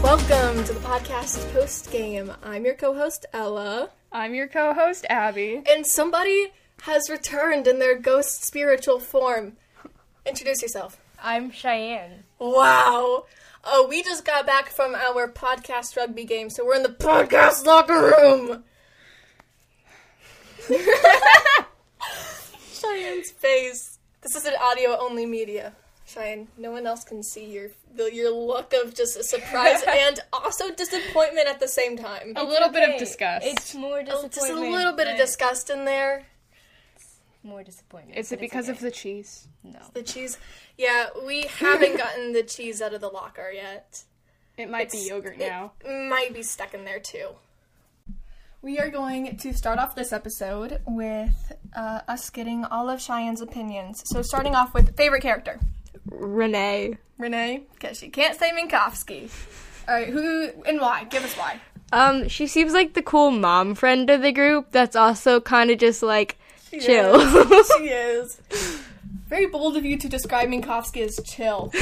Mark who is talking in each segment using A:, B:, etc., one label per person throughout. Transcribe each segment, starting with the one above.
A: Welcome to the podcast post game. I'm your co-host Ella,
B: I'm your co-host Abby.
A: and somebody has returned in their ghost spiritual form. Introduce yourself.
C: I'm Cheyenne.
A: Wow. Oh, we just got back from our podcast rugby game, so we're in the podcast locker room. Cheyenne's face. This is an audio-only media. Cheyenne, no one else can see your the, your look of just surprise and also disappointment at the same time.
B: A little bit of
C: Okay,
B: disgust.
C: It's
D: Oh,
C: more disappointment.
A: Just a little bit of
C: but
A: disgust in there.
C: More disappointment.
B: Is it because of the cheese?
C: of no?
A: The cheese. Yeah, we haven't gotten the cheese out of the locker yet.
B: It might be
A: It's-
B: yogurt
A: it
B: now.
A: might be stuck in there too.
E: We are going to start off this episode with uh, us getting all of Cheyenne's opinions. So, starting off with favorite character
D: Renee.
E: Renee, because she can't say Minkowski. All right, who and why? Give us why.
D: Um, she seems like the cool mom friend of the group that's also kind of just like chill.
E: She is very bold of you to describe Minkowski as chill.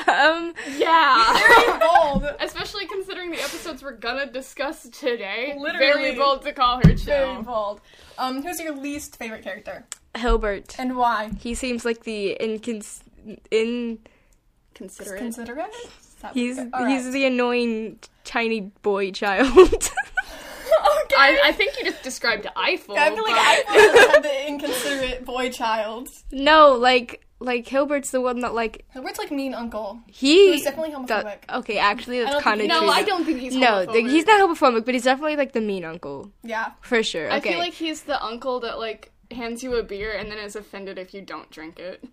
D: um,
E: Very bold.
F: Especially considering the episodes we're gonna discuss today.
E: Literally.
F: Very bold to call her
E: Very
F: chill.
E: bold. Um, who's your least favorite character
D: Hilbert.
E: and why?
D: He seems like the incons in
B: Consider it.
E: Consider it. Is that-
D: he's
E: all
D: he's
E: right.
D: the annoying tiny boy child.
E: okay.
F: I, I think you just described Eiffel.
E: I feel like I had the inconsiderate boy child.
D: no, like like Hilbert's the one that like
E: Hilbert's like mean uncle.
D: he
E: He's definitely homophobic.
D: that- okay, actually that's
E: I don't
D: kind
E: think-
D: of
F: but-
D: true.
F: no, I don't think he's
D: no,
F: homophobic.
D: the- he's not homophobic, but he's definitely like the mean uncle
E: yeah.
D: for sure.
F: I
D: Okay,
F: feel like he's the uncle that like hands you a beer and then is offended if you don't drink it.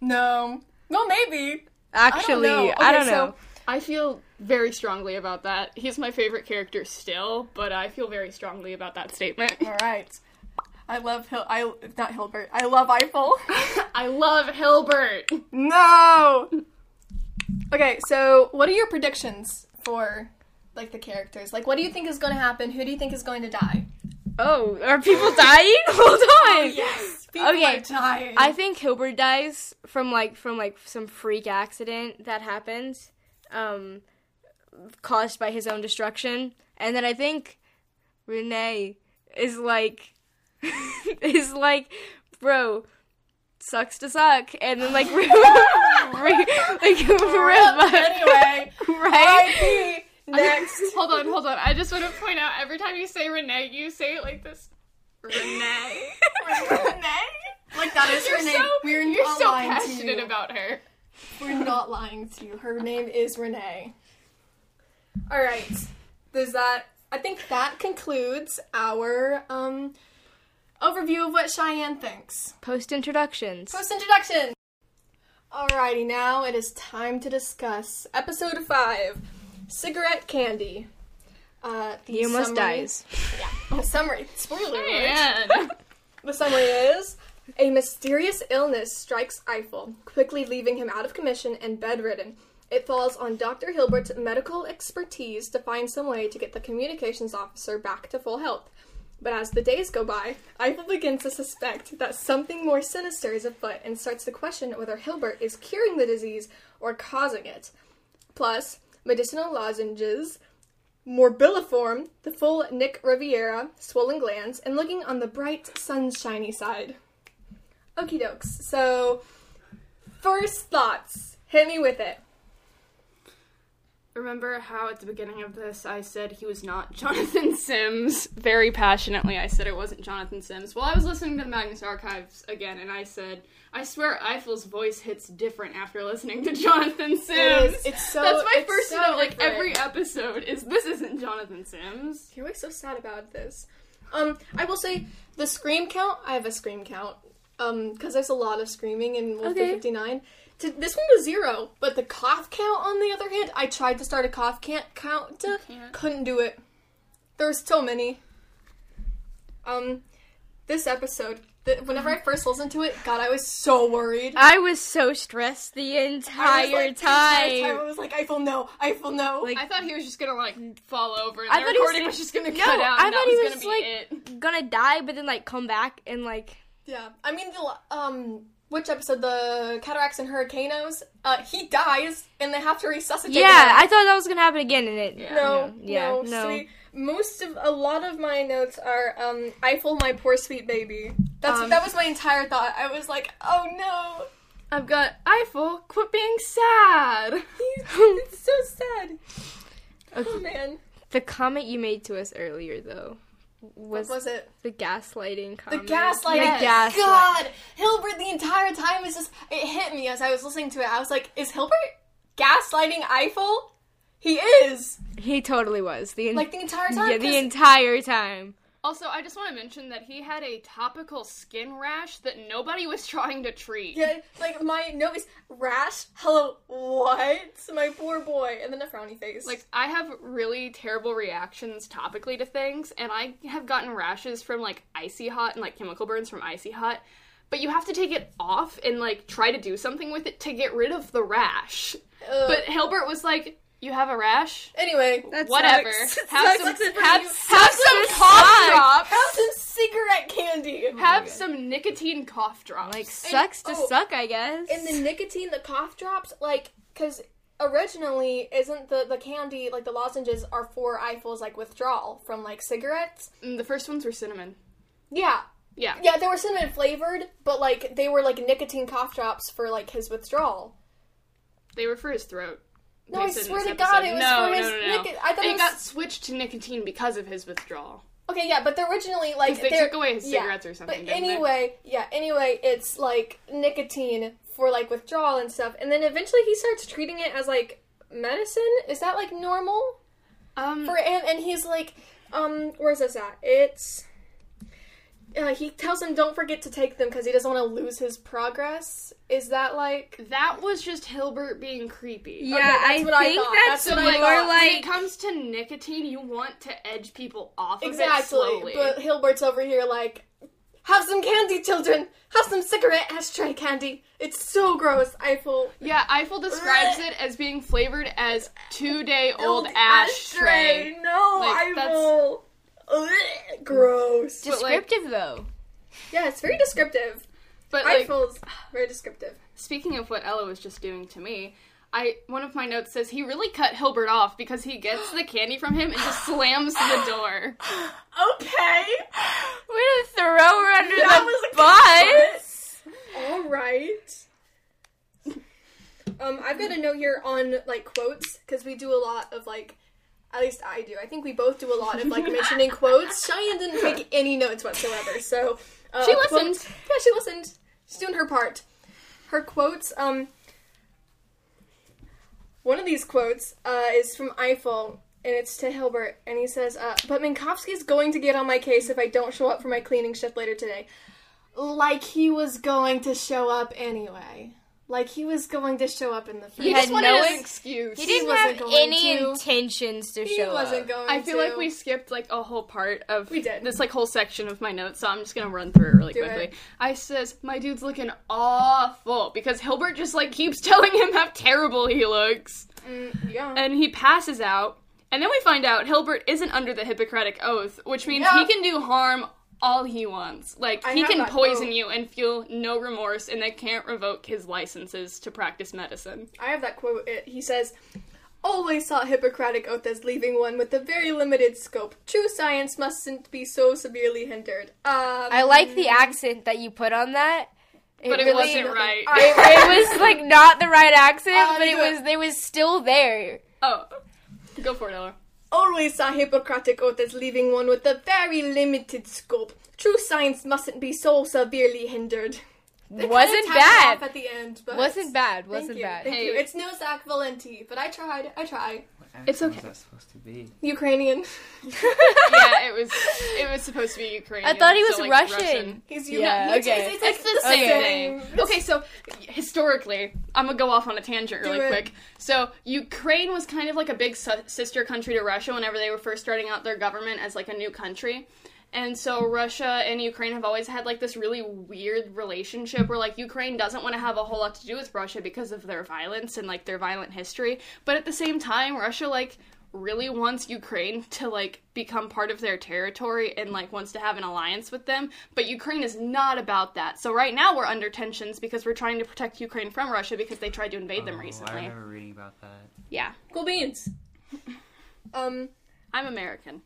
E: No. Well, maybe.
D: actually,
E: I don't know.
D: I
E: Okay,
D: don't
E: so-
D: know.
F: I feel very strongly about that. He's my favorite character still, but I feel very strongly about that statement.
E: All right. I love Hil. I not Hilbert. I love Eiffel.
F: I love Hilbert.
E: no. Okay, so what are your predictions for like the characters? Like, what do you think is going to happen? Who do you think is going to die?
D: Oh, are people dying? Hold
E: Oh,
D: on.
E: Yes.
D: Okay.
E: are dying.
D: I think Hilbert dies from like from like some freak accident that happens, um, caused by his own destruction. And then I think Renee is like is like, bro, sucks to suck. And then like re- re- like
E: anyway.
D: right?
E: IP. Next.
F: hold on, hold on. I just want to point out every time you say Renee, you say it like this. Renee.
E: Like that is her
F: You're
E: name.
F: so-
E: We're
F: You're
E: not
F: so
E: lying to
F: passionate
E: you.
F: about her.
E: We're not lying to you. Her name is Renee. All right. There's that. I think that concludes our um, overview of what Cheyenne thinks.
D: Post introductions.
E: Post introduction. Alrighty, now it is time to discuss episode five, cigarette candy. Uh, the
D: You must
E: summary-
D: dies.
E: The summary. Spoiler alert.
F: Man.
E: The summary is a mysterious illness strikes Eiffel, quickly leaving him out of commission and bedridden. It falls on Dr. Hilbert's medical expertise to find some way to get the communications officer back to full health. But as the days go by, Eiffel begins to suspect that something more sinister is afoot and starts to question whether Hilbert is curing the disease or causing it. Plus, medicinal lozenges, morbilliform, the full Nick Riviera, swollen glands, and looking on the bright, sunshiny side. Okie dokes. So, first thoughts. Hit me with it.
F: Remember how at the beginning of this I said he was not Jonathan Sims? Very passionately, I said it wasn't Jonathan Sims. Well, I was listening to the Magnus Archives again, and I said, I swear Eiffel's voice hits different after listening to Jonathan Sims.
E: It is. It's so.
F: That's my
E: it's
F: first
E: so
F: note, like
E: different.
F: every episode, is this isn't Jonathan Sims.
E: You're always so sad about this. Um, I will say the scream count. I have a scream count. Um, because there's a lot of screaming in Wolf
D: Okay.
E: 59. To, this one was zero, but the cough count, on the other hand, I tried to start a cough can't count, uh, couldn't do it. There's so many. Um, this episode, The, whenever I first listened to it, God, I was so worried.
G: I was so stressed the
E: I was,
G: entire
E: like, the
G: time.
E: entire I was like, I feel no, I feel no.
G: Like,
F: I thought he was just gonna like fall over, and
G: I
F: the
G: thought he was-
F: recording was, just gonna
G: No,
F: cut out.
G: I
F: and
G: thought
F: um, that
G: he
F: was,
G: was,
F: gonna be it.
G: gonna die, but then like come back and like
E: Yeah, I mean the la- um which episode the cataracts and hurricanos? Uh, he dies and they have to resuscitate.
G: yeah.
E: him.
G: I thought that was gonna happen again, and it
E: no,
G: yeah,
E: no,
G: no.
E: sweet. Most of a lot of my notes are um Eiffel, my poor sweet baby. That's
F: Um,
E: that was my entire thought. I was like, oh no,
F: I've got Eiffel. Quit being sad.
E: it's so sad. Oh man,
G: the comment you made to us earlier though was,
E: what was it?
G: the gaslighting
E: The
G: comment.
E: gaslight.
G: The gaslight.
E: God, Hilbert. The entire time is just. It hit me as I was listening to it. I was like, is Hilbert gaslighting Eiffel? He is.
G: He totally was the en-
E: Like the entire time.
G: yeah the
E: 'cause-
G: entire time.
F: Also, I just want to mention that he had a topical skin rash that nobody was trying to treat.
E: Yeah, like my note is rash. Hello, what? My poor boy, and then a frowny face.
F: Like, I have really terrible reactions topically to things, and I have gotten rashes from like icy hot and like chemical burns from icy hot. But you have to take it off and like try to do something with it to get rid of the rash.
E: Ugh.
F: But Hilbert was like, "You have a rash?
E: anyway,
F: Whatever.
G: sucks.
F: Have
E: Sucks
F: some
E: for
F: have,
E: you.
F: have some
G: for
F: cough
G: sucks.
F: drops.
E: have some cigarette candy.
F: Have some nicotine cough drops."
G: Like sucks to
E: oh,
G: suck, I guess.
E: And the nicotine, the cough drops, like, because originally, isn't the the candy like the lozenges are for Eiffel's like withdrawal from like cigarettes?
F: Mm, the first ones were cinnamon.
E: Yeah,
F: Yeah.
E: yeah, they were cinnamon flavored, but like they were like nicotine cough drops for like his withdrawal.
F: They were for his throat.
E: No,
F: They
E: I
F: said in
E: swear
F: this
E: to God,
F: episode.
E: it was
F: no,
E: for his
F: no, no, no.
E: nicot- I thought
F: it,
E: it was-
F: got switched to nicotine because of his withdrawal.
E: Okay, yeah, but they're originally like
F: 'Cause they
E: they're-
F: took away his
E: yeah.
F: cigarettes or
E: But
F: something. didn't they?
E: anyway, yeah, anyway, it's like nicotine for like withdrawal and stuff. And then eventually he starts treating it as like medicine. Is that like normal
F: um,
E: for him? And he's like, um, where's this at? It's. Uh, he tells him don't forget to take them because he doesn't want to lose his progress. Is that like.
F: that was just Hilbert being creepy.
G: yeah,
E: that's
G: I
E: what I
G: think
E: thought.
G: that's,
E: That's what I
G: more
E: thought.
F: when it
G: like
F: comes to nicotine, you want to edge people off of it
E: Exactly.
F: slowly.
E: But Hilbert's over here like, have some candy, children! Have some cigarette ashtray candy! It's so gross, Eiffel.
F: yeah, Eiffel describes it as being flavored as two-day-old ashtray.
E: No,
F: Like, that's-
E: Eiffel. Ugh, Gross.
F: But, like-
G: descriptive though.
E: Yeah, it's very descriptive.
F: But like,
E: Eiffel's very descriptive.
F: speaking of what Ella was just doing to me, I one of my notes says he really cut Hilbert off because he gets the candy from him and just slams the door.
E: Okay.
G: We didn't throw her under the bus.
E: All right. Um, I've got a note here on like quotes because we do a lot of like, at least I do. I think we both do a lot of like mentioning quotes. Cheyenne didn't take any notes whatsoever, so uh,
F: She
E: a quote-
F: listened.
E: yeah, she listened. She's doing her part. Her quotes. Um, one of these quotes uh, is from Eiffel, and it's to Hilbert, and he says, uh, "But Minkowski's going to get on my case if I don't show up for my cleaning shift later today." Like he was going to show up anyway. Like he was going to show up in the first.
G: He had
F: wanted
G: no
F: an
G: ex-
F: excuse.
G: He didn't
E: wasn't
G: have
E: going
G: any
E: to.
G: intentions to
E: He
G: show
E: wasn't
G: up.
E: going.
F: I feel
E: to.
F: like we skipped like a whole part of
E: We did.
F: this like whole section of my notes, so I'm just gonna run through it really
E: Do
F: quickly.
E: it.
F: I says my dude's looking awful because Hilbert just like keeps telling him how terrible he looks,
E: Mm, yeah.
F: and he passes out. And then we find out Hilbert isn't under the Hippocratic Oath, which means
E: Yeah.
F: he can do harm all he wants. Like
E: I
F: he
E: have
F: can
E: that
F: poison
E: quote.
F: you and feel no remorse, and they can't revoke his licenses to practice medicine.
E: I have that quote. It, he says, Always saw Hippocratic Oath as leaving one with a very limited scope. True science mustn't be so severely hindered. Um,
G: I like the accent that you put on that.
F: But it
G: really-
F: wasn't right.
G: I- it was like not the right accent,
E: Uh,
G: but it
E: do
G: was it was still there.
F: oh, go for it, Ella.
E: Always saw Hippocratic Oath as leaving one with a very limited scope. True science mustn't be so severely hindered. They kinda
G: Wasn't
E: tapped
G: bad.
E: Off at the end, but
G: Wasn't bad.
E: Thank
G: Wasn't
E: you,
G: bad.
E: Thank you.
F: Hey.
E: It's no Zach Valenti, but I tried. I tried.
F: It's
H: What accent
F: okay.
H: Was that supposed to be?
E: Ukrainian.
F: yeah, it was. It was supposed to be Ukrainian.
G: I thought he was
F: so, like,
G: Russian.
E: He's
G: Yeah,
E: Ukrainian.
G: okay.
E: It's,
F: It's the
G: Okay.
F: same thing. Okay, so historically, I'm gonna go off on a tangent really
E: Do it.
F: quick. So Ukraine was kind of like a big su- sister country to Russia whenever they were first starting out their government as like a new country, And so Russia and Ukraine have always had like this really weird relationship where like Ukraine doesn't want to have a whole lot to do with Russia because of their violence and like their violent history, but at the same time Russia like really wants Ukraine to like become part of their territory and like wants to have an alliance with them, but Ukraine is not about that. So right now we're under tensions because we're trying to protect Ukraine from Russia because they tried to invade them
H: Oh, I
F: recently.
H: remember reading about that.
F: Yeah. Cool beans.
I: Um,
F: I'm American.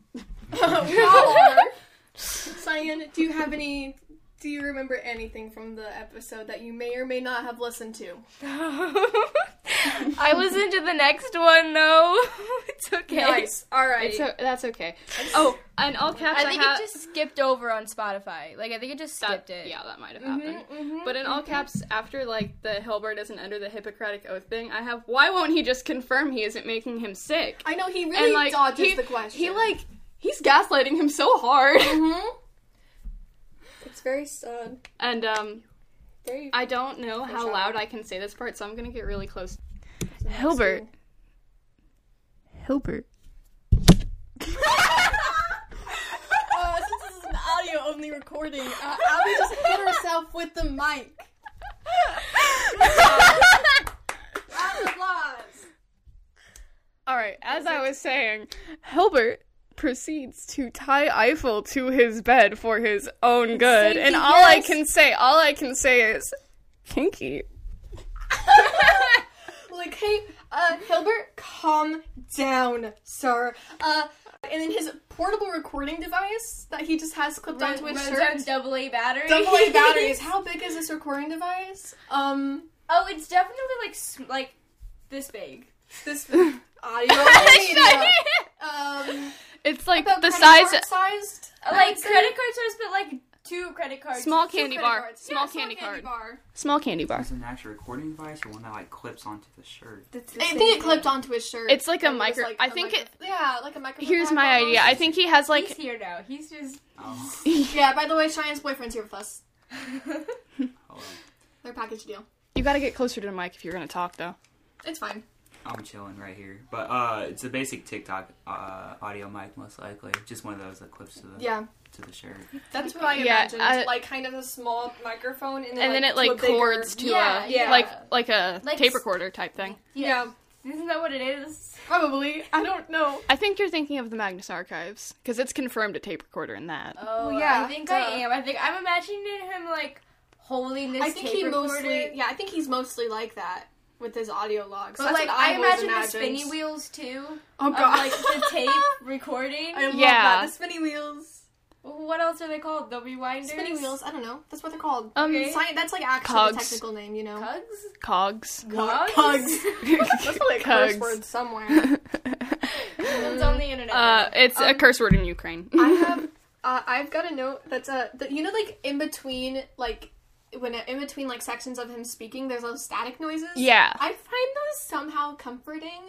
E: Cyan, do you have any? Do you remember anything from the episode that you may or may not have listened to?
G: I listened to the next one though. it's okay.
E: Nice. All right.
F: It's o- that's okay. Oh, and all caps.
G: I
F: I,
G: think
F: have-
G: it just skipped over on Spotify. Like I think it just
F: that-
G: skipped it. Mm-hmm.
F: Yeah, that might have happened. but in all
E: Mm-hmm.
F: caps, after like the Hilbert isn't under the Hippocratic Oath thing, I have why won't he just confirm he isn't making him sick?
E: I know he really
F: and like
E: dodges
F: he,
E: the question.
F: he like mm-hmm. he's gaslighting him so hard.
I: it's very sad.
F: and um,
I: There you
F: I don't know how loud I can say this part, so I'm gonna get really close.
G: Hilbert. Hilbert.
E: Uh, since this is an audio only recording, uh, Abby just hit herself with the mic. Round of applause.
B: All right, as I was saying, Hilbert proceeds to tie Eiffel to his bed for his own good, and all I can say, all I can say is kinky.
E: Like, hey, uh, Hilbert, calm down, sir. Uh, and then his portable recording device that he just has clipped onto his shirt.
D: double A battery.
E: Double A batteries. How big is this recording device? Um,
D: oh, it's definitely like s- like this big.
E: this audio media. um,
F: It's like
E: about
F: the
E: credit
F: size
E: card sized.
D: Like credit card size, but like two credit cards.
F: small
E: Two
F: candy
E: credit
F: bar,
E: cards.
F: small,
E: Yeah,
F: candy, card,
E: bar.
F: small candy bar.
H: Is it an actual recording device or one that like clips onto the shirt?
E: I think it clipped onto his shirt.
F: It's like a
E: And it was
F: micro.
E: like
F: I
E: a
F: think
E: micro-
F: it.
E: Yeah, like a microphone.
F: Here's my
E: pack
F: idea. I think he has like
D: He's here now. He's just
H: Oh,
E: almost. Yeah. By the way, Cheyenne's boyfriend's here with us.
H: hold on.
E: Their package deal.
F: You gotta get closer to the mic if you're gonna talk, though.
E: It's fine.
H: I'm chilling right here. But uh, it's a basic TikTok uh, audio mic, most likely. Just one of those that clips to the
E: Yeah,
H: to the shirt.
E: that's what I
F: Yeah,
E: imagined.
F: I-
E: like kind of a small microphone, and then,
F: And then it
E: to
F: like
E: a bigger-
F: cords to
D: Yeah,
F: a
D: yeah.
F: like like a
D: Like
F: tape
D: s-
F: recorder type thing.
E: Yeah,
D: isn't that what it is?
E: probably. I don't know.
F: I think you're thinking of the Magnus Archives because it's confirmed a tape recorder in that.
D: Oh
E: yeah,
D: I think
E: duh.
D: I am. I think I'm imagining him like holding this
E: I think
D: tape
E: he
D: recorder.
E: mostly. Yeah, I think he's mostly like that with his audio logs.
D: But
E: That's
D: like
E: what
D: I,
E: I've always
D: imagine the
E: imagined.
D: spinny wheels too.
E: Oh
D: Of,
E: god,
D: like the tape recording.
E: I love
F: Yeah.
E: that. The spinny wheels.
D: What else are they called? The rewinders.
E: Spinny wheels. I don't know. That's what they're called.
F: Um,
E: Sci- that's like actually
F: Cogs.
E: the technical name, you know.
D: Cugs.
F: Cogs.
D: Cogs.
E: That's probably a curse
F: Cugs.
E: word somewhere.
D: It's on the internet.
F: Uh, it's a curse word in Ukraine.
E: Um, I have. Uh, I've got a note that's uh, that, you know, like in between, like when in between like sections of him speaking, there's those static noises.
F: yeah.
E: I find those somehow comforting.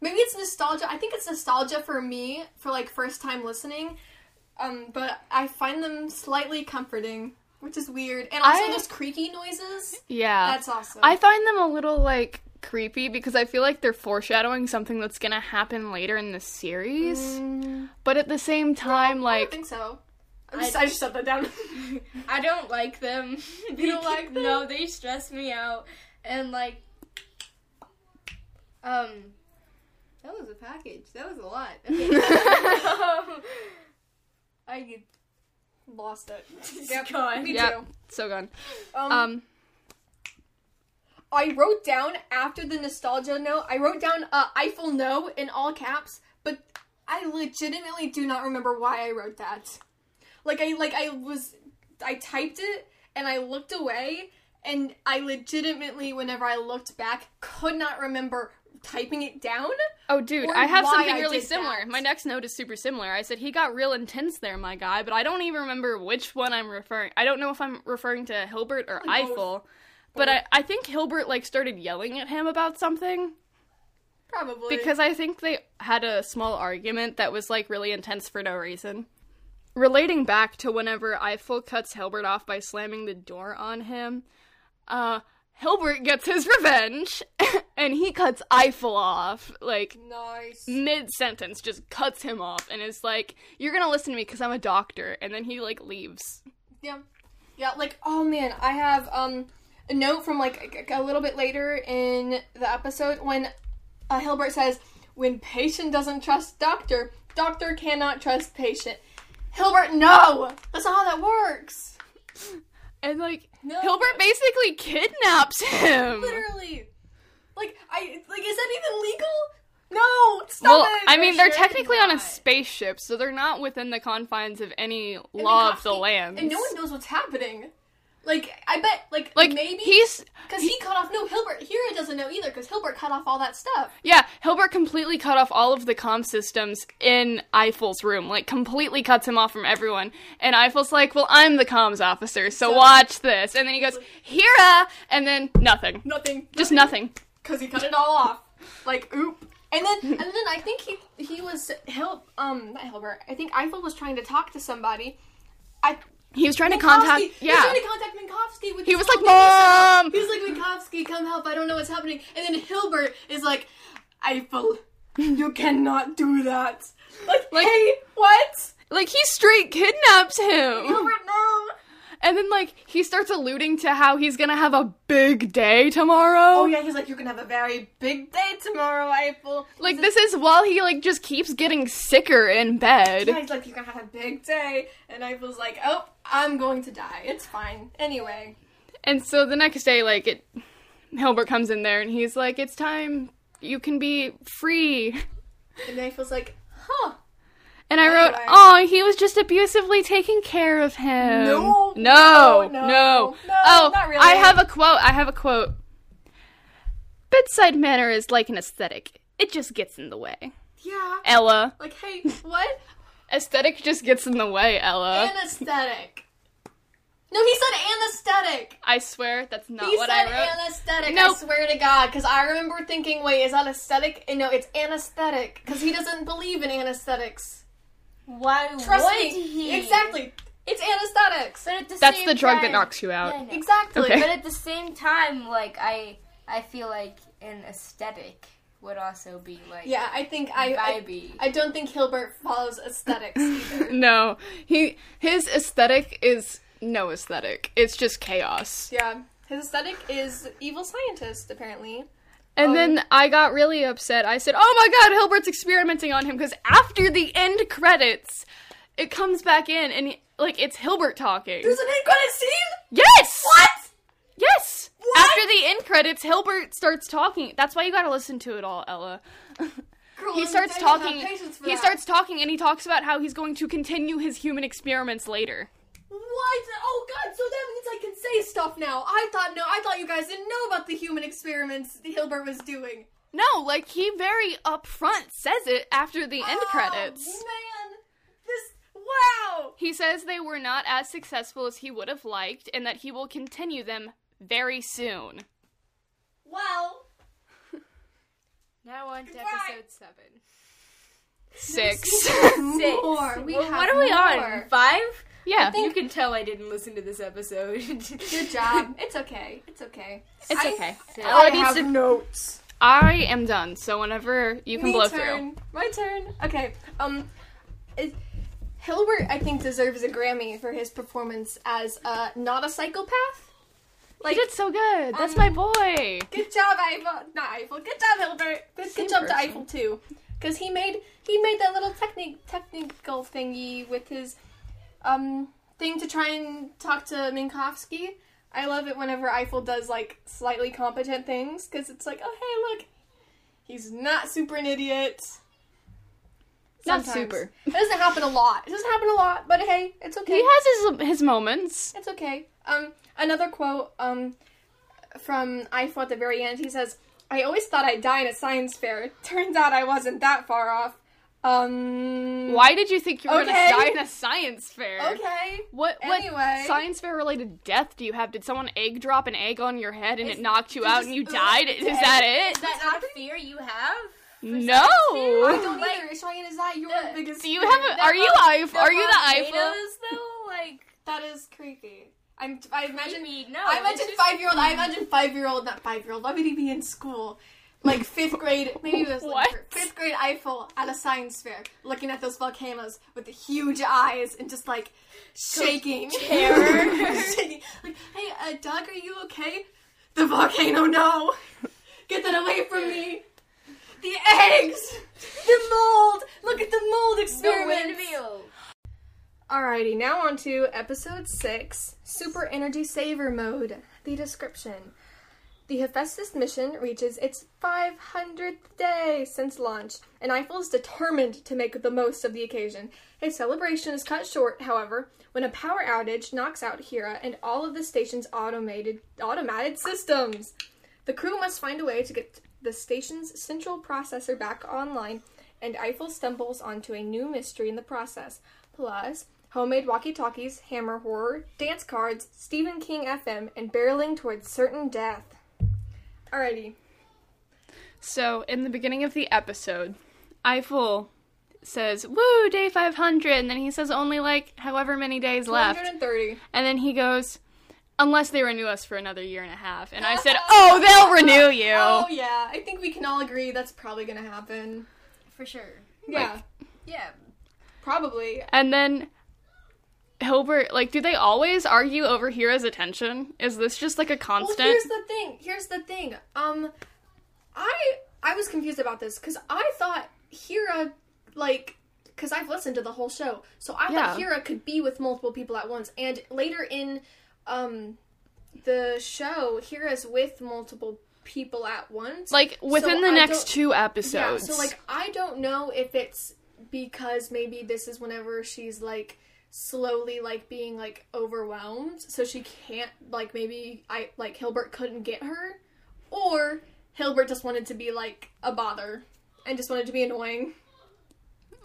E: Maybe it's nostalgia. I think it's nostalgia for me for like first time listening. Um, but I find them slightly comforting, which is weird. And also
F: I-
E: those creaky noises.
F: Yeah.
E: That's awesome.
F: I find them a little like creepy because I feel like they're foreshadowing something that's gonna happen later in the series.
E: Mm.
F: But at the same time,
E: I don't
F: like
E: think so. I just, I just shut that down.
D: I don't like them.
E: You don't like them?
D: No, they stress me out. And like, um, that was a package. That was a lot. Okay. I get
E: Lost it.
D: yep. gone.
E: Me
F: Yep.
E: too.
F: so gone.
E: Um,
F: Um,
E: I wrote down after the nostalgia note, I wrote down uh, Eiffel No in all caps, but I legitimately do not remember why I wrote that. Like I like I was I typed it and I looked away and I legitimately whenever I looked back could not remember typing it down.
F: oh, dude,
E: or
F: I have
E: why
F: something
E: I
F: really
E: did
F: similar.
E: that.
F: My next note is super similar. I said he got real intense there, my guy, but I don't even remember which one I'm referring. I don't know if I'm referring to Hilbert or Eiffel. But I, I think Hilbert like started yelling at him about something.
E: Probably.
F: Because I think they had a small argument that was like really intense for no reason. Relating back to whenever Eiffel cuts Hilbert off by slamming the door on him, uh, Hilbert gets his revenge and he cuts Eiffel off, like
E: Nice.
F: mid sentence, just cuts him off, and is like, "You're gonna listen to me because I'm a doctor," and then he like leaves.
E: Yeah. Yeah, like oh man, I have um a note from like a, a little bit later in the episode when uh, Hilbert says, "When patient doesn't trust doctor, doctor cannot trust patient." Hilbert, no, that's not how that works.
F: And like
E: No.
F: Hilbert basically kidnaps him.
E: literally, like I like is that even legal? No, stop
F: Well,
E: it.
F: I mean, they're
D: sure
F: technically on a
D: not.
F: spaceship, so they're not within the confines of any law of the
E: Minkowski-
F: land.
E: and no one knows what's happening. Like I bet, like,
F: like
E: maybe
F: he's
E: because he cut off. No, Hilbert Hira doesn't know either because Hilbert cut off all that stuff.
F: yeah, Hilbert completely cut off all of the comm systems in Eiffel's room. Like completely cuts him off from everyone. And Eiffel's like, "Well, I'm the comms officer, so, watch this." And then he goes, "Hira," and then nothing.
E: Nothing.
F: Just nothing.
E: because he cut it all off. Like, oop. And then, and then I think he he was help um not Hilbert. I think Eiffel was trying to talk to somebody. I
F: He was trying to
E: Minkowski-
F: contact
E: He was
F: yeah.
E: trying to contact Minkowski. With
F: He
E: this
F: was like,
E: whole thing.
F: "Mom!"
E: He was like, Minkowski, come help! I don't know what's happening. And then Hilbert is like, Eiffel, you cannot do that. Like, hey, what?
F: Like he straight kidnaps him.
E: Hilbert, no.
F: And then like he starts alluding to how he's going to have a big day tomorrow.
E: Oh yeah, he's like, you're gonna have a very big day tomorrow, Eiffel.
F: Like this is while he like just keeps getting sicker in bed.
E: Yeah, he's like, you're gonna have a big day. And I was like, oh, I'm going to die. It's fine. Anyway.
F: And so the next day like it Hilbert comes in there and he's like it's time you can be free.
E: And I was like, huh.
F: And I wrote,
E: Anyway.
F: "Oh, he was just abusively taking care of him."
E: No.
F: No.
E: No,
F: No.
E: no. No,
F: oh,
E: not really.
F: I have a quote. I have a quote. Bedside manner is like an aesthetic. It just gets in the way.
E: Yeah.
F: Ella.
E: Like, hey, what?
F: Aesthetic just gets in the way, Ella.
E: anesthetic. No, he said anesthetic.
F: I swear that's not
E: He
F: what I
E: said
F: wrote.
E: anesthetic.
F: Nope.
E: I swear to God, because I remember thinking, wait, is that aesthetic? And no, it's anesthetic, because he doesn't believe in anesthetics.
D: Why
E: Trust
D: would
E: me.
D: he?
E: Exactly. It's anesthetics.
D: But at the
F: that's
D: same
F: the drug that
D: time-
F: knocks you out.
D: Yeah, I know.
E: Exactly.
F: Okay.
D: But at the same time, like I, I feel like an aesthetic would also be like
E: Yeah, I think I, I
D: vibey.
E: I don't think Hilbert follows aesthetics either.
F: No, he his aesthetic is no aesthetic. It's just chaos.
E: yeah. His aesthetic is evil scientist, apparently. Oh.
F: And then I got really upset. I said, "Oh my God, Hilbert's experimenting on him." Because after the end credits, it comes back in and like it's Hilbert talking.
E: There's an end credit scene?
F: yes.
E: What?
F: Yes.
E: What?
F: After the end credits, Hilbert starts talking. That's why you gotta listen to it all, Ella.
E: Girl,
F: he
E: I'm
F: starts
E: dying without
F: talking.
E: patience for
F: He
E: that.
F: starts talking, and he talks about how he's going to continue his human experiments later.
E: What? Oh god, so that means I can say stuff now. I thought no, I thought you guys didn't know about the human experiments that Hilbert was doing.
F: No, like he very upfront says it after the
E: Oh.
F: end credits.
E: Man, this wow.
F: He says they were not as successful as he would have liked and that he will continue them very soon.
E: Wow.
J: Now on to episode seven.
F: Six.
J: Six.
E: More. We
J: Well,
E: have
J: what are we
E: more.
J: on? Five?
F: yeah.
J: You can tell I didn't listen to this episode.
E: Good job. It's okay. It's okay.
F: It's okay.
J: I
F: needs
J: have
E: notes.
F: I am done, so whenever you can
E: Me
F: blow through.
E: turn. My turn. Okay. Um, it, Hilbert, I think, deserves a Grammy for his performance as uh, not a psychopath.
F: Like, he did so good. That's
E: Um,
F: my boy.
E: Good job, Eiffel. Not Eiffel. Good job, Hilbert. Good,
F: Same
E: good job
F: person.
E: to Eiffel too, because he made he made that little technic technical thingy with his um thing to try and talk to Minkowski. I love it whenever Eiffel does like slightly competent things, because it's like, oh hey, look, he's not super an idiot.
F: Not
E: Sometimes.
F: super.
E: It doesn't happen a lot. It doesn't happen a lot, but hey, it's okay.
F: He has his his moments.
E: It's okay. Um, another quote um, from Eiffel at the very end. He says, "I always thought I'd die in a science fair. Turns out I wasn't that far off." Um.
F: Why did you think you were
E: Okay.
F: gonna die in a science fair?
E: Okay.
F: What what
E: Anyway.
F: science fair related death do you have? Did someone egg drop an egg on your head and it
E: It's-
F: knocked you
E: it's
F: out
E: just-
F: and you
E: ugh,
F: died? Is
E: dead.
F: that it?
D: Is that not a fear you have?
F: no.
E: I don't either. Cheyenne, is that your
D: the-
E: biggest?
F: Do you
E: fear?
F: have a, are you Eiffel? Are you the Eiffel?
D: Tomatoes, though, like
E: That is creepy. I'm. I imagine.
D: maybe no.
E: I
D: it's
E: imagine
D: just- mm.
E: five year old. I imagine five year old. Not five year old. Why would he be in school? like fifth grade, maybe it was like
B: What?
E: her- fifth grade Eiffel at a science fair, looking at those volcanoes with the huge eyes and just like shaking, terror, shaking. Like, hey, uh, Doug, are you okay? The volcano, no! Get that away from me! The eggs, the mold. Look at the mold experiment. Alrighty, now on to episode 6 Super Energy Saver Mode. The description The Hephaestus mission reaches its 500th day since launch, and Eiffel is determined to make the most of the occasion. His celebration is cut short, however, when a power outage knocks out Hera and all of the station's automated automated systems. The crew must find a way to get the station's central processor back online, and Eiffel stumbles onto a new mystery in the process. Plus, homemade walkie talkies, hammer horror, dance cards, Stephen King FM, and barreling towards certain death. Alrighty.
F: So, in the beginning of the episode, Eiffel says, Woo, day 500. And then he says, Only like however many days left.
E: 130.
F: And then he goes, Unless they renew us for another year and a half. And I said, Oh, they'll renew you.
E: Oh, yeah. I think we can all agree that's probably going to happen.
D: For sure.
E: Yeah.
D: Yeah.
E: probably.
F: And then Hilbert, like, do they always argue over Hera's attention? Is this just like a
E: Well,
F: constant?
E: here's the thing. Here's the thing. Um, I I was confused about this because I thought Hera, like, because I've listened to the whole show, so I
F: Yeah.
E: thought Hera could be with multiple people at once. And later in, um, the show, Hera's with multiple people at once.
F: like within
E: So
F: the
E: I
F: next
E: don't-
F: two episodes.
E: Yeah, so like I don't know if it's because maybe this is whenever she's like slowly like being like overwhelmed, so she can't like maybe I like Hilbert couldn't get her, or Hilbert just wanted to be like a bother and just wanted to be annoying.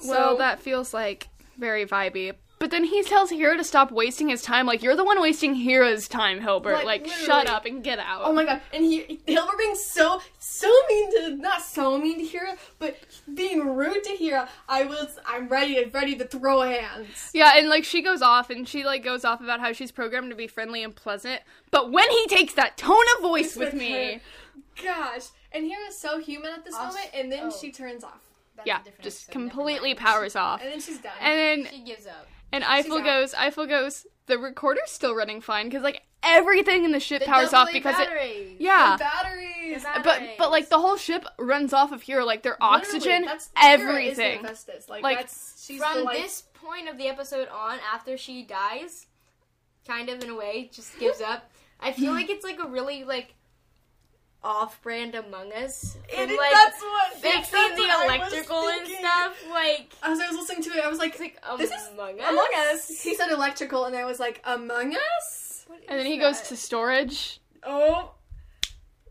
F: well,
E: so-
F: that feels like very vibey. But then he tells Hera to stop wasting his time. Like you're the one wasting Hera's time, Hilbert.
E: Like,
F: Like, shut
E: literally.
F: up and get out.
E: Oh my god! And he Hilbert being so so mean to not so mean to Hera, but being rude to Hera. I was I'm ready I'm ready to throw hands.
F: Yeah, and like she goes off and she like goes off about how she's programmed to be friendly and pleasant. But when he takes that tone of voice with
E: with
F: me,
E: her. Gosh! And Hera's so human at this moment, and then she turns off.
D: That's
F: yeah,
D: a different
F: just
D: episode, never
F: completely
D: mind.
F: powers off.
E: And then she's done.
F: And then
D: She gives up.
F: And Eiffel
E: out.
F: goes, Eiffel goes, the recorder's still running fine because like everything in the ship powers off because it, yeah.
E: Batteries.
F: But but like the whole ship runs off of here, like their oxygen,
E: Literally, that's- Hera is the
F: everything.
E: Hephaestus. Like,
F: Like,
E: that's she's
D: from
E: the, like,
D: this point of the episode on, after she dies, kind of in a way, just gives up. I feel like it's like a really like off-brand Among Us,
E: And
D: from,
E: it-
D: like
E: that's what that's
D: fixing
E: what
D: the
E: I was
D: electrical and
E: thinking.
D: stuff. Like
E: As I was listening to it, I was like,
D: it's like
E: This is
D: Among Us.
E: Among Us. He said electrical, and I was like, Among Us.
F: And then he goes to storage.
E: Oh.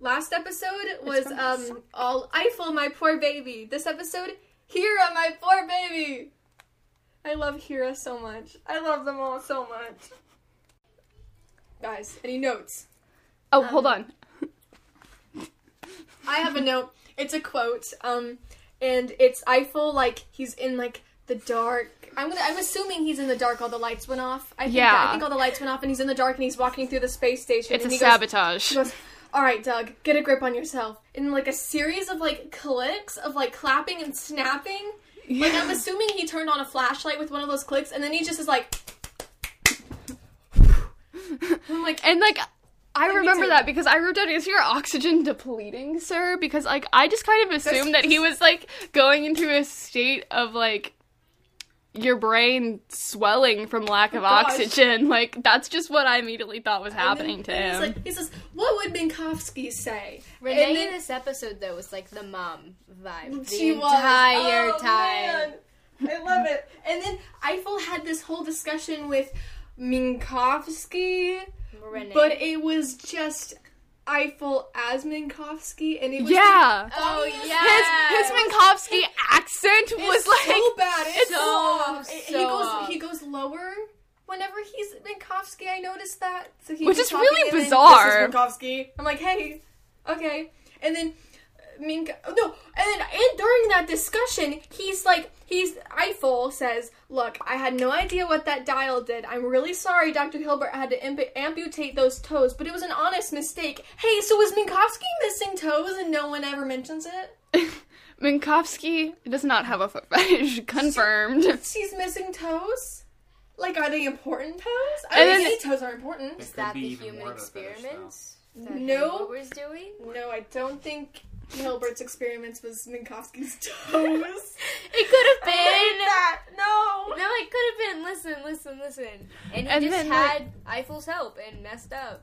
E: Last episode was
F: from
E: um all Eiffel, my poor baby. This episode, Hera, my poor baby. I love Hera so much. I love them all so much. Guys, any notes? Um,
F: Oh, hold on.
E: I have a note. It's a quote. Um, and it's Eiffel like he's in like the dark. I'm gonna, I'm assuming he's in the dark. All the lights went off. I think
F: Yeah.
E: I think all the lights went off, and he's in the dark, and he's walking through the space station.
F: It's a
E: and he goes-
F: sabotage.
E: she goes, "All right, Doug, get a grip on yourself." In like a series of like clicks of like clapping and snapping. Like I'm assuming he turned on a flashlight with one of those clicks, and then he just is like, "I'm like,
F: and like I
E: me
F: remember
E: too.
F: that because I wrote down, is your oxygen depleting, sir? Because like I just kind of assumed that he was like going into a state of like your brain swelling from lack of
E: gosh.
F: oxygen. Like that's just what I immediately thought was happening to
E: he's
F: him.
E: like, he says, "What would Minkowski say?"
D: Renee
E: And then-
D: in this episode though was like the mom vibe the
E: she was
D: entire
E: Oh,
D: time.
E: man. I love it. And then Eiffel had this whole discussion with Minkowski,
D: Renee.
E: but it was just Eiffel as Minkowski, and it was
F: yeah.
D: oh
F: His,
D: yeah,
F: his Minkowski accent was
E: it's
F: like
E: so bad. It's
F: so-
E: so, off.
D: so
E: he goes
D: off.
E: he goes lower. Whenever he's Minkowski, I noticed that. So he
F: Which
E: was
F: is
E: talking
F: really
E: and then,
F: bizarre.
E: This is Minkowski. I'm like, hey, okay. And then Minka. No, and then and during that discussion, he's like, he's Eiffel says, "Look, I had no idea what that dial did. I'm really sorry, Doctor Hilbert had to imp- amputate those toes, but it was an honest mistake. Hey, so was Minkowski missing toes, and no one ever mentions it?
F: Minkowski does not have a foot fetish. Confirmed.
E: She's missing toes. Like, are they important toes? I
F: And
E: don't
F: then-
E: think any toes are important.
H: It
D: Is
H: could
D: that
H: be
D: the
H: even
D: human
H: more of a fetish, though.
D: experiment? Is that
E: No.
D: what was doing?
E: No, I don't think Hilbert's experiments was Minkowski's toes.
D: It could have
E: Hate
D: been.
E: that. No.
D: No, it could have been. Listen, listen, listen. And he
F: And
D: just
F: then,
D: had Eiffel's help and messed up.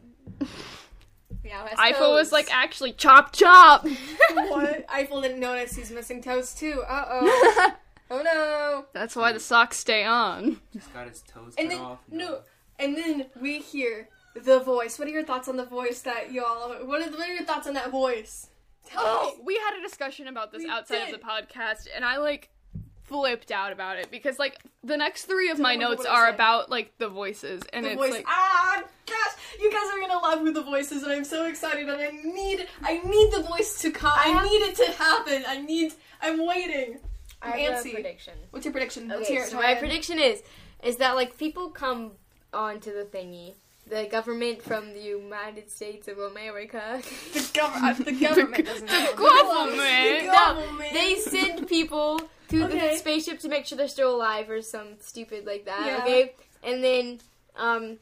D: Now has
F: Eiffel was
D: toes.
F: like, actually, chop chop.
E: What? Eiffel didn't notice he's missing toes too. Uh oh. oh no.
F: That's why the socks stay on.
H: Just got his toes
E: And
H: cut
E: then
H: off.
E: no. And then we hear the voice. What are your thoughts on the voice that y'all? What are, what are your thoughts on that voice? Tell
F: Oh,
E: me.
F: we had a discussion about this
E: We
F: outside
E: did.
F: of the podcast, and I like flipped out about it because like the next three of my
E: remember
F: notes
E: what I
F: are
E: said.
F: about like the voices, and
E: The
F: it's
E: voice.
F: like
E: Ah, gosh! You guys are gonna love who the voice is, and I'm so excited. And I need, I need the voice to come. I, need it to happen. I need. I'm waiting.
D: I
E: I'm
D: have a
E: antsy.
D: prediction.
E: What's your prediction? Let's hear
D: Okay,
E: it.
D: so my
E: Ryan.
D: prediction is, is that like people come onto the thingy, the government from the United States of America.
E: The, gov- uh, the government doesn't know.
F: government.
E: The government.
D: they send people to
E: Okay.
D: the spaceship to make sure they're still alive or some stupid like that.
E: Yeah.
D: Okay, and then um,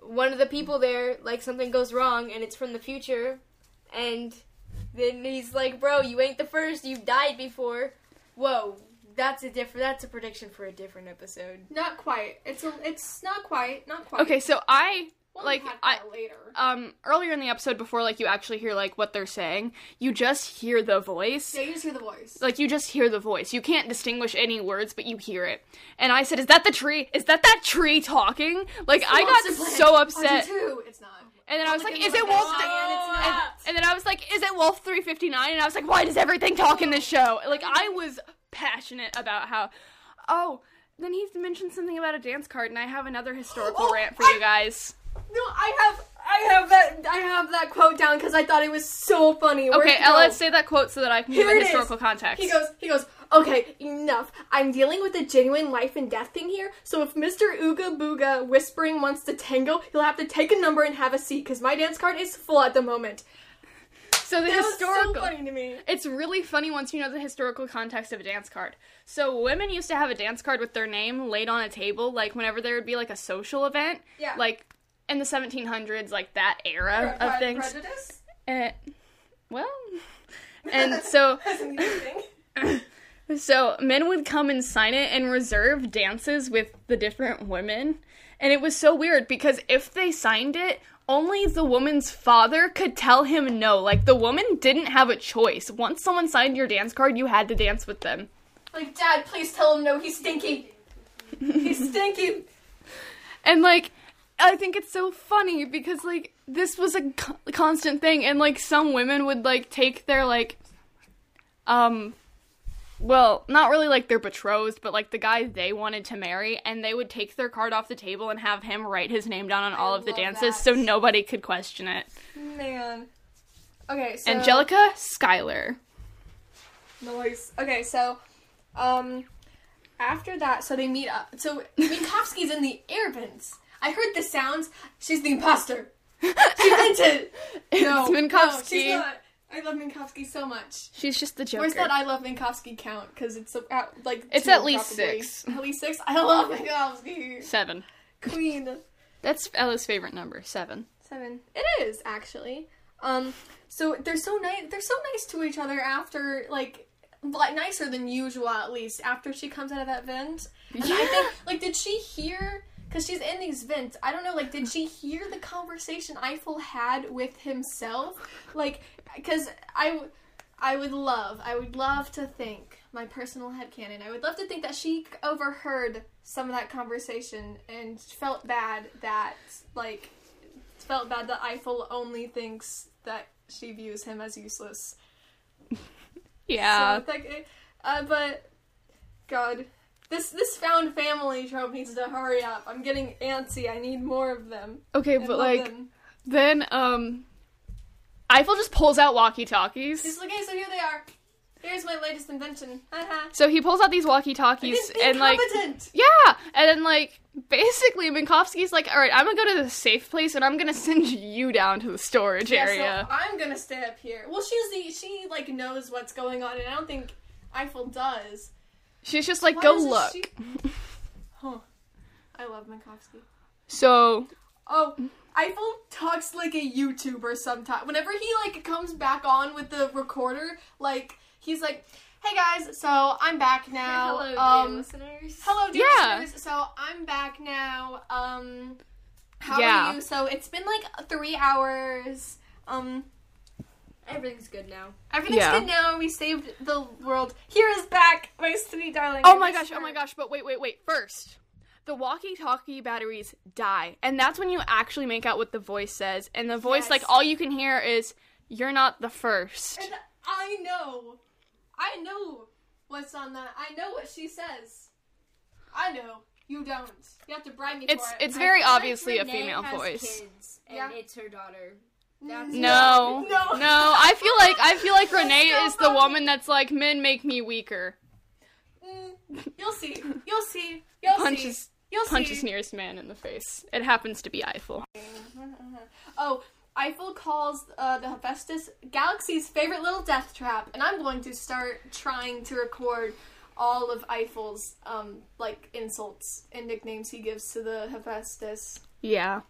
D: one of the people there like something goes wrong and it's from the future, and then he's like, "Bro, you ain't the first. You've died before." Whoa, that's a different. That's a prediction for a different episode.
E: Not quite. It's a, it's not quite. Not quite.
F: okay, so I
E: We'll
F: like
E: unpack
F: I
E: that later.
F: um earlier in the episode before like you actually hear like what they're saying, you just hear the voice.
E: Yeah, you just hear the voice.
F: Like you just hear the voice. You can't distinguish any words, but you hear it. And I said, "Is that the tree? Is that that tree talking?" Like I got
E: Monster Planet.
F: so
E: Monster
F: upset.
E: Two. It's not.
F: And then I was like,
E: Look
F: "Is
E: at
F: it
E: the
F: wolf?"
E: lion, it's
F: and,
E: not.
F: and then I was like, "Is it Wolf 359?" And I was like, "Why does everything talk in this show?" Like I was passionate about how. Oh, then he mentioned something about a dance card, and I have another historical
E: Oh,
F: rant for
E: I-
F: you guys.
E: No, I have I have that I have that quote down because I thought it was so funny. Where'd
F: Okay,
E: it go?
F: Ella, say that quote so that I can give
E: Here
F: a
E: it is.
F: historical context.
E: He goes, he goes, okay, enough. I'm dealing with a genuine life and death thing here, so if Mr. Ooga Booga Whispering wants to tango, he'll have to take a number and have a seat, because my dance card is full at the moment.
F: so the
E: That was
F: historical.
E: so funny to me.
F: It's really funny once you know the historical context of a dance card. So women used to have a dance card with their name laid on a table, like whenever there would be like a social event,
E: Yeah.
F: like in the 1700s, like that era of things.
E: Prejudice?
F: And, Eh, well, and so
E: That's an easy thing.
F: so men would come and sign it and reserve dances with the different women. And it was so weird because if they signed it, only the woman's father could tell him no. Like the woman didn't have a choice. Once someone signed your dance card, you had to dance with them.
E: Like, Dad, please tell him no, he's stinky. He's stinky.
F: And like I think it's so funny because like this was a co- constant thing and like some women would like take their like um well, not really like their betrothed, but like the guy they wanted to marry, and they would take their card off the table and have him write his name down on all of the
E: love
F: dances
E: that.
F: so nobody could question it.
E: Man. Okay, so
F: Angelica Schuyler.
E: noise. Okay, so um after that, so they meet up. So Minkowski's in the airbins. I heard the sounds. She's the imposter. She meant it. No, no,
F: It's Minkowski.
E: she's not. I love Minkowski so much.
F: She's just the Joker.
E: Where's that I love Minkowski count? Because it's at, like
F: It's
E: two,
F: at least
E: probably.
F: six.
E: At least six. I love Minkowski.
F: Seven.
E: Queen.
F: That's Ella's favorite number, seven.
E: Seven. It is actually. Um. So they're so nice. They're so nice to each other after like, like nicer than usual at least after she comes out of that vent. And I think like did she hear? Because she's in these vents. I don't know. Like did she hear the conversation Eiffel had with himself? Like because I. w- I would love, I would love to think, my personal headcanon, I would love to think that she overheard some of that conversation and felt bad that, like, felt bad that Eiffel only thinks that she views him as useless.
F: Yeah.
E: So, like, uh, but God, this this found family trope needs to hurry up. I'm getting antsy. I need more of them.
F: okay,
E: I
F: but
E: love
F: like
E: them.
F: Then um Eiffel just pulls out walkie-talkies.
E: Just look, okay, so here they are. Here's my latest invention. Haha.
F: So he pulls out these walkie-talkies and like
E: competent.
F: Yeah, and then like basically Minkowski's like, all right, I'm gonna go to the safe place and I'm gonna send you down to the storage area.
E: so I'm gonna stay up here. Well, she's the she like knows what's going on, and I don't think Eiffel does.
F: She's just like,
E: Why
F: go
E: doesn't
F: look.
E: she- Huh. I love Minkowski.
F: So
E: Oh, Eiffel talks like a YouTuber sometimes. Whenever he like comes back on with the recorder, like he's like, "Hey guys, so I'm back now.
D: Hello,
E: um,
D: dear listeners.
E: hello, dear
F: Yeah.
E: listeners. So I'm back now. Um, how
F: Yeah.
E: are you? So it's been like three hours. Um,
D: Everything's good now.
E: everything's
F: Yeah.
E: good now. We saved the world. Here is back, my sweet darling.
F: Oh
E: I
F: my
E: miss
F: gosh, oh
E: her.
F: my gosh, but wait, wait, wait. First, the walkie talkie batteries die. And that's when you actually make out what the voice says. And the voice, like,
E: Yes.
F: all you can hear is, You're not the first.
E: And I know. I know what's on that. I know what she says. I know. You don't. You have to bribe me
F: It's
E: for it.
F: it's very
D: I feel like
F: obviously a
D: Renee
F: female
D: has
F: voice.
D: kids, and
E: Yeah.
D: it's her daughter. That's
F: No.
E: No.
F: No, I feel like I feel like
E: That's
F: Renee
E: so
F: is the
E: funny.
F: woman that's like men make me weaker.
E: Mm, you'll see. You'll see. You'll see.
F: Punches
E: You'll
F: punches
E: see.
F: nearest man in the face. It happens to be Eiffel.
E: Oh, Eiffel calls uh, the Hephaestus Galaxy's favorite little death trap, and I'm going to start trying to record all of Eiffel's um like insults and nicknames he gives to the Hephaestus.
F: Yeah.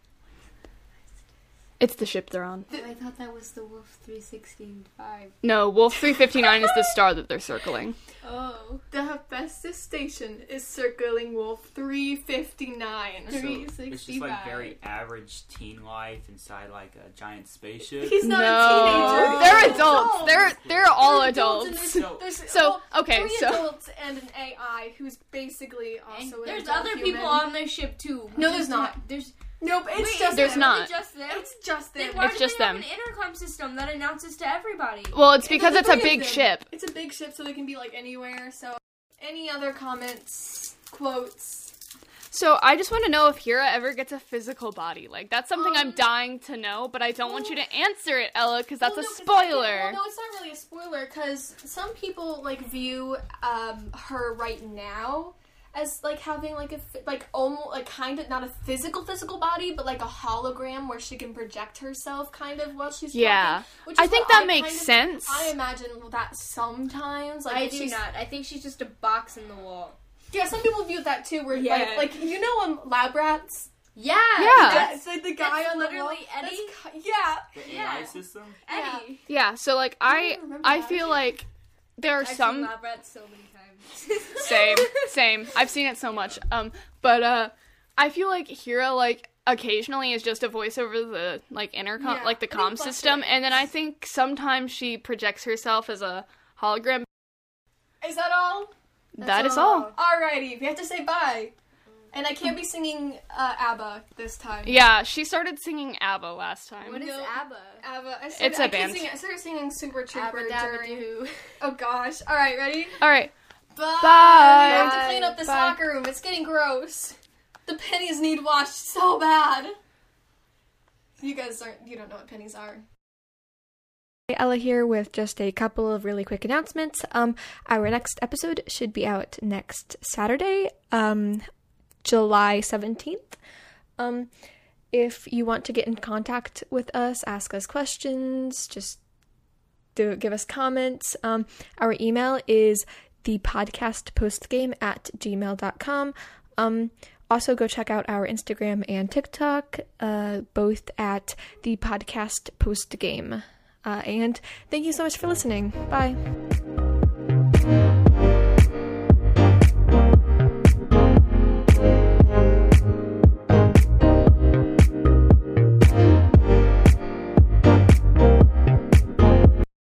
F: It's the ship they're on.
D: I thought that was the Wolf 365.
F: No, Wolf 359 is the star that they're circling.
D: Oh.
E: The Hephaestus station is circling Wolf 359.
H: So it's just like very average teen life inside like a giant spaceship.
E: He's not a
F: no,
E: teenager.
F: they're
E: He's
F: adults. They're they're all
E: adults and
F: adults.
H: So-
E: There's,
F: So
E: well,
F: okay,
E: three
F: so
E: adults and an AI who's basically
D: And
E: also an
D: there's
E: adult
D: other
E: human.
D: people on their ship too.
E: No,
D: Just
E: there's not.
D: There's
E: Nope, it's
D: Wait,
E: just
F: There's
E: them.
F: not.
D: just them.
E: It's just them.
D: Then why
F: It's
D: do
F: just
D: they have
F: them.
D: an intercom system that announces to everybody.
F: well, it's because
E: the
F: it's a
E: three of
F: big
E: them.
F: ship.
E: It's a big ship, so they can be like anywhere. So, any other comments, quotes?
F: So I just want to know if Hira ever gets a physical body. Like that's something
E: Um,
F: I'm dying to know, but I don't want you to answer it, Ella, because that's
E: Well, no,
F: a
E: 'cause-
F: spoiler.
E: well, no, it's not really a spoiler because some people like view um, her right now as like having like a phy- like almost like kind of not a physical physical body, but like a hologram where she can project herself kind of while she's
F: Yeah.
E: talking, which
F: I
E: is
F: think
E: what
F: that
E: I
F: makes
E: kind of-
F: sense.
E: I imagine that sometimes like
D: I
E: if
D: do
E: she's-
D: not. I think she's just a box in the wall.
E: Yeah, some people view that too. Where
D: Yeah.
E: like like you know um lab rats.
D: Yeah.
F: Yeah.
E: That's like the guy
D: that's
E: on the
D: literally
E: wall. That's
D: Eddie.
E: ki- yeah.
H: the
D: yeah.
H: AI system.
E: Yeah.
D: Eddie.
F: yeah. So like I
E: remember
F: I
E: that.
F: feel like there are
D: I've seen
F: some
D: lab rats so many times.
F: same same. I've seen it so much. Um, but uh, I feel like Hira like occasionally is just a voice over the like intercom
E: Yeah,
F: like the
E: I think
F: comm system,
E: fluctuates.
F: and then I think sometimes she projects herself as a hologram.
E: Is that all?
F: That's all.
E: Alrighty, we have to say bye. And I can't be singing uh, ABBA this time.
F: Yeah, she started singing ABBA last time.
D: What is
E: No.
D: ABBA?
E: ABBA. I started,
F: It's a
E: I keep
F: band.
E: Singing, I started singing Super Trooper
D: ABBA dabba
E: during.
D: doo.
E: Oh gosh. All right, ready?
F: All right.
E: Bye.
F: Bye.
E: We have to clean up this
F: Bye.
E: locker room. It's getting gross. The pennies need washed so bad. You guys aren't. You don't know what pennies are.
K: Ella here with just a couple of really quick announcements. Um, our next episode should be out next Saturday, um, July 17th. Um, if you want to get in contact with us, ask us questions, just do, give us comments, um, our email is thepodcastpostgame at gmail.com. Um, also, go check out our Instagram and TikTok, uh, both at the podcast postgame. Uh, and thank you so much for listening. Bye.